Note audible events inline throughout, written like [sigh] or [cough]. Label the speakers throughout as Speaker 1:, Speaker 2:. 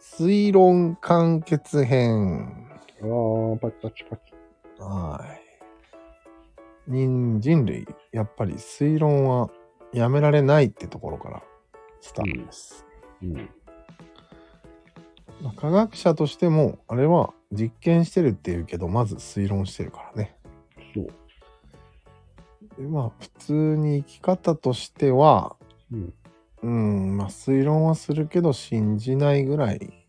Speaker 1: 推論完結編。
Speaker 2: あー、パチパチパチ。
Speaker 1: はい。人人類、やっぱり推論はやめられないってところからスタートです。
Speaker 2: うん。
Speaker 1: まあ科学者としても、あれは実験してるっていうけど、まず推論してるからね。
Speaker 2: そう。
Speaker 1: でまあ、普通に生き方としては、
Speaker 2: うん。
Speaker 1: うん、まあ推論はするけど信じないぐらい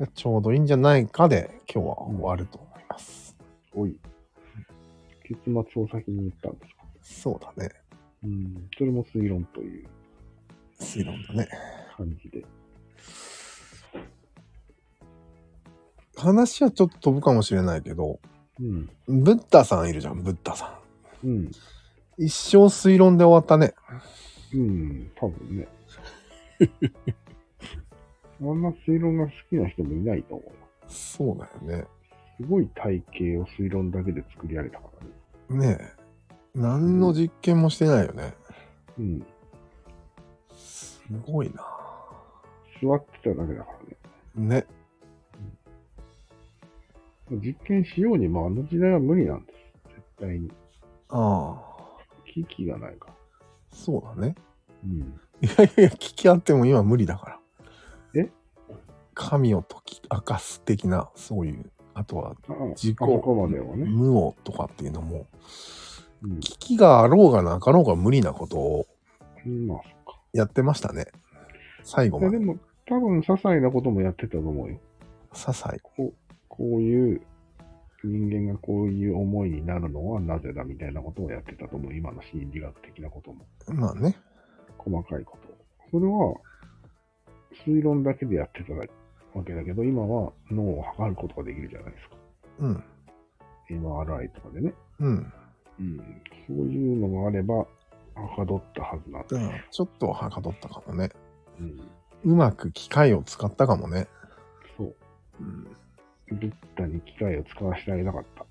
Speaker 1: がちょうどいいんじゃないかで今日は終わると思います。
Speaker 2: おい。結末を先に言ったんですか。
Speaker 1: そうだね。
Speaker 2: うん。それも推論という
Speaker 1: 推論だね。
Speaker 2: 感じで。
Speaker 1: 話はちょっと飛ぶかもしれないけど、
Speaker 2: うん。
Speaker 1: ブッダさんいるじゃん、ブッダさん。
Speaker 2: うん。
Speaker 1: 一生推論で終わったね。
Speaker 2: うん。多分ね。 [laughs] あんま推論が好きな人もいないと思う。
Speaker 1: そうだよね。
Speaker 2: すごい体系を推論だけで作り上げたからね。
Speaker 1: ねえ。何の実験もしてないよね。
Speaker 2: うん。
Speaker 1: すごいな。
Speaker 2: 座ってただけだからね。
Speaker 1: ね。
Speaker 2: 実験しようにもあの時代は無理なんです。絶対に。
Speaker 1: あ
Speaker 2: 危機がないから。
Speaker 1: あ、そうだね。
Speaker 2: うん。
Speaker 1: いやいやいや、聞き合っても今無理だから。
Speaker 2: え
Speaker 1: 神を解き明かす的な、そういう、あとは
Speaker 2: ああ、
Speaker 1: 自己
Speaker 2: あそこまではね。
Speaker 1: 無をとかっていうのも、
Speaker 2: うん
Speaker 1: 危機があろうがなかろうが無理なことを
Speaker 2: うん。まあ、
Speaker 1: やってましたね。最後
Speaker 2: いや
Speaker 1: ま
Speaker 2: で
Speaker 1: で。
Speaker 2: も、多分、些細なこともやってたと思うよ。
Speaker 1: 些細。
Speaker 2: こういう、人間がこういう思いになるのはなぜだみたいなことをやってたと思う。今の心理学的なことも。
Speaker 1: まあね。
Speaker 2: 細かいこと。それは、推論だけでやってたわけだけど、今は脳を測ることができるじゃないですか。
Speaker 1: うん。
Speaker 2: MRI とかでね。
Speaker 1: うん。
Speaker 2: うん。そういうのがあれば、はかどったはずなんだ。
Speaker 1: だからちょっとはかどったかもね。
Speaker 2: うん。
Speaker 1: うまく機械を使ったかもね。
Speaker 2: そう。
Speaker 1: うん。
Speaker 2: ブッダに機械を使わせてあげなかった。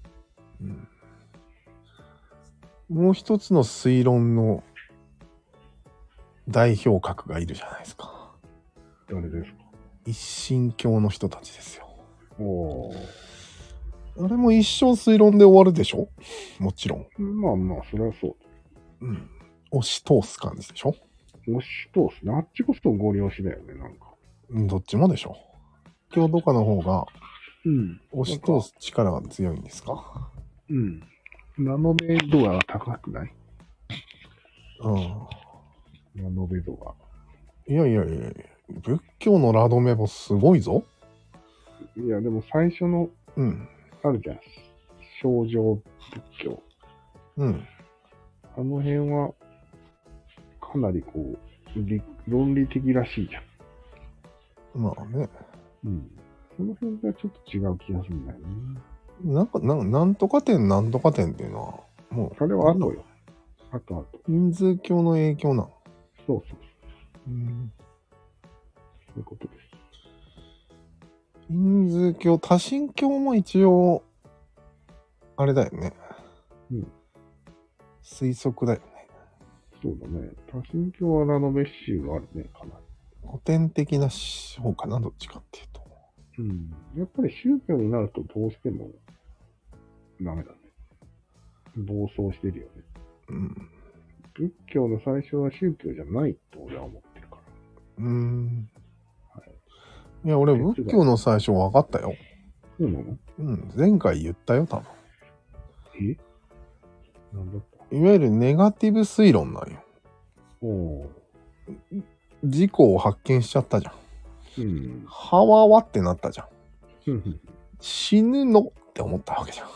Speaker 1: うん、もう一つの推論の代表格がいるじゃないですか。
Speaker 2: 誰ですか
Speaker 1: 一神教の人たちですよ。
Speaker 2: おお。
Speaker 1: あれも一生推論で終わるでしょもちろん。
Speaker 2: まあまあ、それはそう。
Speaker 1: うん。押し通す感じでしょ
Speaker 2: 押し通すね。あっちこそゴリ押しだよね、なんか。
Speaker 1: うんどっちもでしょ教とかの方が
Speaker 2: うん。
Speaker 1: 押し通す力が強いんですか
Speaker 2: うん。ナノベ度アが高くない
Speaker 1: うん。
Speaker 2: ナノベ度ア。
Speaker 1: いやいやいやいや仏教のラドメもすごいぞ。
Speaker 2: いや、でも最初の、
Speaker 1: うん。
Speaker 2: あるじゃん。症状仏教。
Speaker 1: うん。
Speaker 2: あの辺は、かなりこう、理論理的らしいじゃん。
Speaker 1: まあね。
Speaker 2: うん。その辺がちょっと違う気がするんだよね。
Speaker 1: なんか、なんなんとか点なんとか点っていうのは、も
Speaker 2: それは後よ。あとあと。
Speaker 1: う、ヒンズー教の影響なの。
Speaker 2: そうそう。
Speaker 1: うん。
Speaker 2: そういうことです。
Speaker 1: ヒンズー教、多神教も一応、あれだよね。
Speaker 2: うん。
Speaker 1: 推測だよね。
Speaker 2: そうだね。多神教はナノベ集があるね、かなり。
Speaker 1: 古典的な方かな、どっちかっていうと。
Speaker 2: うんやっぱり宗教になるとどうしてもダメだね。暴走してるよね。
Speaker 1: うん。
Speaker 2: 仏教の最初は宗教じゃないと俺は思ってるか
Speaker 1: うーん
Speaker 2: はい
Speaker 1: や、俺、仏教の最初分かったよ。
Speaker 2: ら。そうなの
Speaker 1: うん、前回言ったよ、多分。
Speaker 2: えなんだった
Speaker 1: いわゆるネガティブ推論なんよ。
Speaker 2: おお
Speaker 1: 事故を発見しちゃったじゃん。
Speaker 2: ー。うん。
Speaker 1: はわわってなったじゃん。
Speaker 2: ふんふん
Speaker 1: 死ぬのって思ったわけじゃん。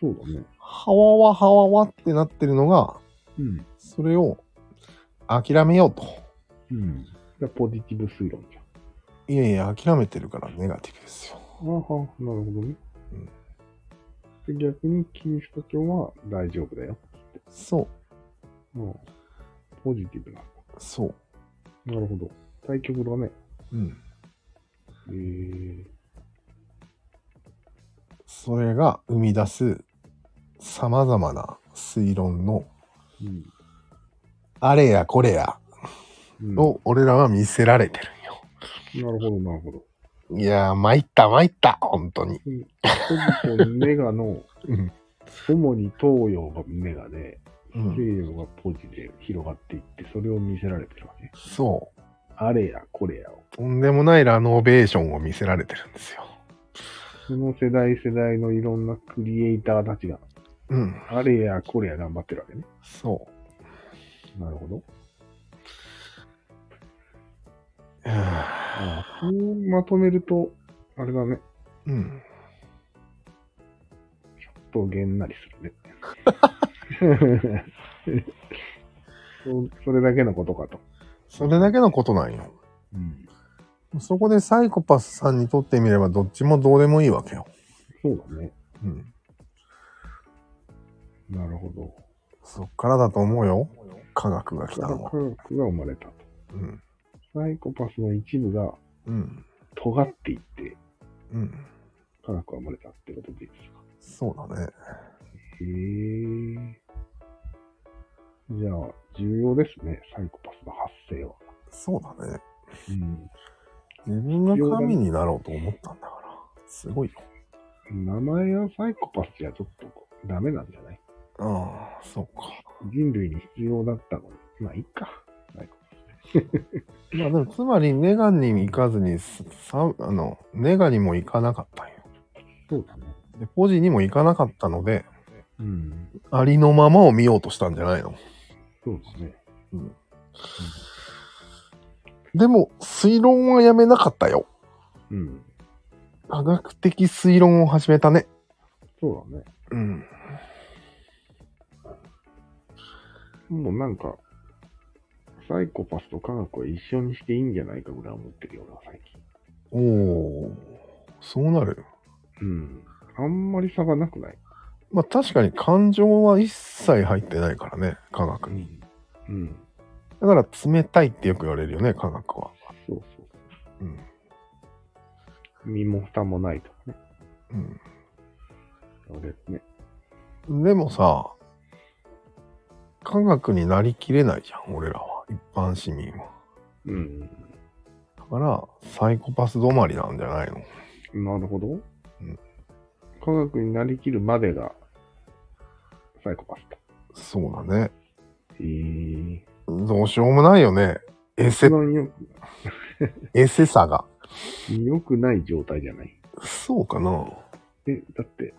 Speaker 2: そうだね。
Speaker 1: はわわはわわってなってるのが、
Speaker 2: うん。
Speaker 1: それを諦めようと。
Speaker 2: うん。じゃあポジティブ推論じゃん。
Speaker 1: いやいや、諦めてるからネガティブですよ。
Speaker 2: ああ、なるほどね。うん、で逆にキリスト教は大丈夫だよ。
Speaker 1: そう、
Speaker 2: うん。ポジティブなんだ。
Speaker 1: そう。
Speaker 2: なるほど。対極だね。
Speaker 1: うん。
Speaker 2: えー、
Speaker 1: それが生み出す様々な推論の
Speaker 2: うん。
Speaker 1: あれやこれや
Speaker 2: うん
Speaker 1: を俺らは見せられてるんよ。
Speaker 2: なるほど、なるほど。
Speaker 1: いやー、参った、参った、本当に。
Speaker 2: ほぼネガの、
Speaker 1: うん。
Speaker 2: 主に東洋がネガで、
Speaker 1: うん、
Speaker 2: 西洋がポジで広がっていって、それを見せられてるわけ。
Speaker 1: そ
Speaker 2: あれやこれやを。
Speaker 1: う。とんでもないラノベーションを見せられてるんですよ。
Speaker 2: その世代世代のいろんなクリエイターたちが、
Speaker 1: うん。
Speaker 2: あれやこれや頑張ってるわけね。
Speaker 1: そ
Speaker 2: なるほど。
Speaker 1: う。は
Speaker 2: ああそうまとめると、あれだね。
Speaker 1: ぁうん。
Speaker 2: ちょっとげんなり [laughs] するね。そそれだけのことかと。
Speaker 1: それだけのことなんよ。
Speaker 2: うん、
Speaker 1: そこでサイコパスさんにとってみればどっちもどうでもいいわけよ。
Speaker 2: そうだね。
Speaker 1: うん。
Speaker 2: なるほど。
Speaker 1: そっからだと思うよ。科学が来
Speaker 2: 科
Speaker 1: たのは。
Speaker 2: 学が生まれたと。
Speaker 1: うん。
Speaker 2: サイコパスの一部が
Speaker 1: うん。
Speaker 2: 尖っていって、
Speaker 1: うん。
Speaker 2: 科学が生まれたってことでいいですか。
Speaker 1: そうだね。
Speaker 2: へえ。じゃあ、重要ですね。サイコパスの発生は。
Speaker 1: そうだね。
Speaker 2: うん
Speaker 1: 自分が神になろうと思ったんだから。すごいよ。
Speaker 2: 名前はサイコパスじゃちょっとダメなんじゃない
Speaker 1: ああ、そうか。
Speaker 2: 人類に必要だったのに。まあ、いいか。サイコ
Speaker 1: まあでも、つまり、ネガに行かずに、さ、あの、ネガにも行かなかったんよ。
Speaker 2: そうだね。
Speaker 1: で、ポジにも行かなかったので、
Speaker 2: うん。
Speaker 1: ありのままを見ようとしたんじゃないの。
Speaker 2: そうですね。
Speaker 1: でも、推論はやめなかったよ。
Speaker 2: うん。
Speaker 1: 科学的推論を始めたね。
Speaker 2: そうだね。
Speaker 1: うん。
Speaker 2: もうなんか、サイコパスと科学は一緒にしていいんじゃないかぐらい思ってるよな、最近。
Speaker 1: おお、そうなるよ。
Speaker 2: うん。あんまり差がなくない。
Speaker 1: まあ確かに感情は一切入ってないからね、科学に。
Speaker 2: ん。うん。
Speaker 1: だから冷たいってよく言われるよね、科学は。
Speaker 2: そうそ
Speaker 1: うん。
Speaker 2: う。身も蓋もないとかね。
Speaker 1: うん。
Speaker 2: そうですね。
Speaker 1: でもさ、科学になりきれないじゃん、俺らは。一般市民は。
Speaker 2: うん。
Speaker 1: だから、サイコパス止まりなんじゃないの
Speaker 2: なるほど。
Speaker 1: ん
Speaker 2: 科学になりきるまでが、サイコパスと。
Speaker 1: そうだね。
Speaker 2: へえ。
Speaker 1: どうしようもないよね。エセ
Speaker 2: 一、番よ
Speaker 1: エセさが。
Speaker 2: 良くない状態じゃない。
Speaker 1: そうかな。
Speaker 2: え、だって、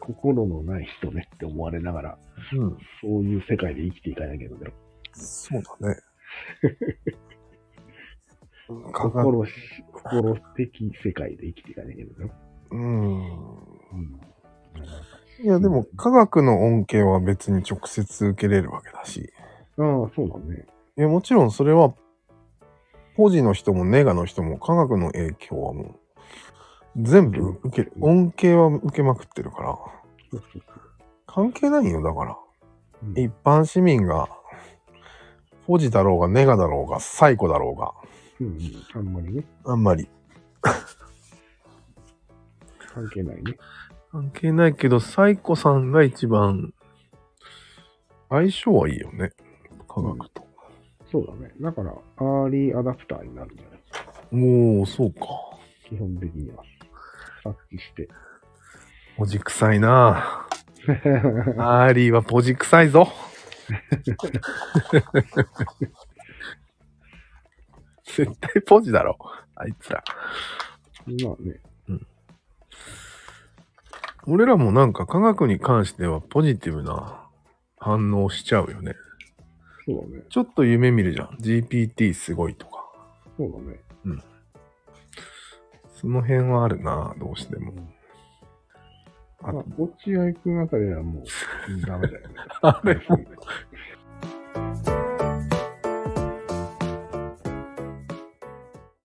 Speaker 2: 心のない人ねって思われながら、
Speaker 1: うん。
Speaker 2: そういう世界で生きていかなきゃいけないけど、
Speaker 1: そうだ [laughs] ね。科学、
Speaker 2: 心し、心的世界で生きていかなきゃいけないけど、
Speaker 1: うん。
Speaker 2: うん。
Speaker 1: いや、でも科学の恩恵は別に直接受けれるわけだし。
Speaker 2: ああ、そうだね。
Speaker 1: いや、もちろんそれは、ポジの人もネガの人も科学の影響はもう、全部受ける。恩恵は受けまくってるから、
Speaker 2: そうそうそ
Speaker 1: 関係ないよ、だから。
Speaker 2: ううん
Speaker 1: 一般市民が、ポジだろうが、ネガだろうが、サイコだろうが、
Speaker 2: うんうん。あんまりね、
Speaker 1: あんまり。
Speaker 2: 関係ないね。
Speaker 1: 関係ないけど、サイコさんが一番、相性はいいよね。科学と。
Speaker 2: そうだね。だから、アーリーアダプターになるんじゃない
Speaker 1: もう、そうか。
Speaker 2: 基本的には。察知して。 [laughs]
Speaker 1: ポジ臭いなぁアーリーはポジ臭い [laughs] ぞ。絶対ポジだろ。あいつら。
Speaker 2: まあね。
Speaker 1: 俺らもなんか科学に関してはポジティブな反応しちゃうよね。
Speaker 2: そうだね。
Speaker 1: ちょっと夢見るじゃん。GPT すごいとか。
Speaker 2: そうだね。
Speaker 1: その辺はあるなぁどうしても。あ
Speaker 2: [laughs] まあ、落合くんあたりはもう、ダメだよね。
Speaker 1: あれも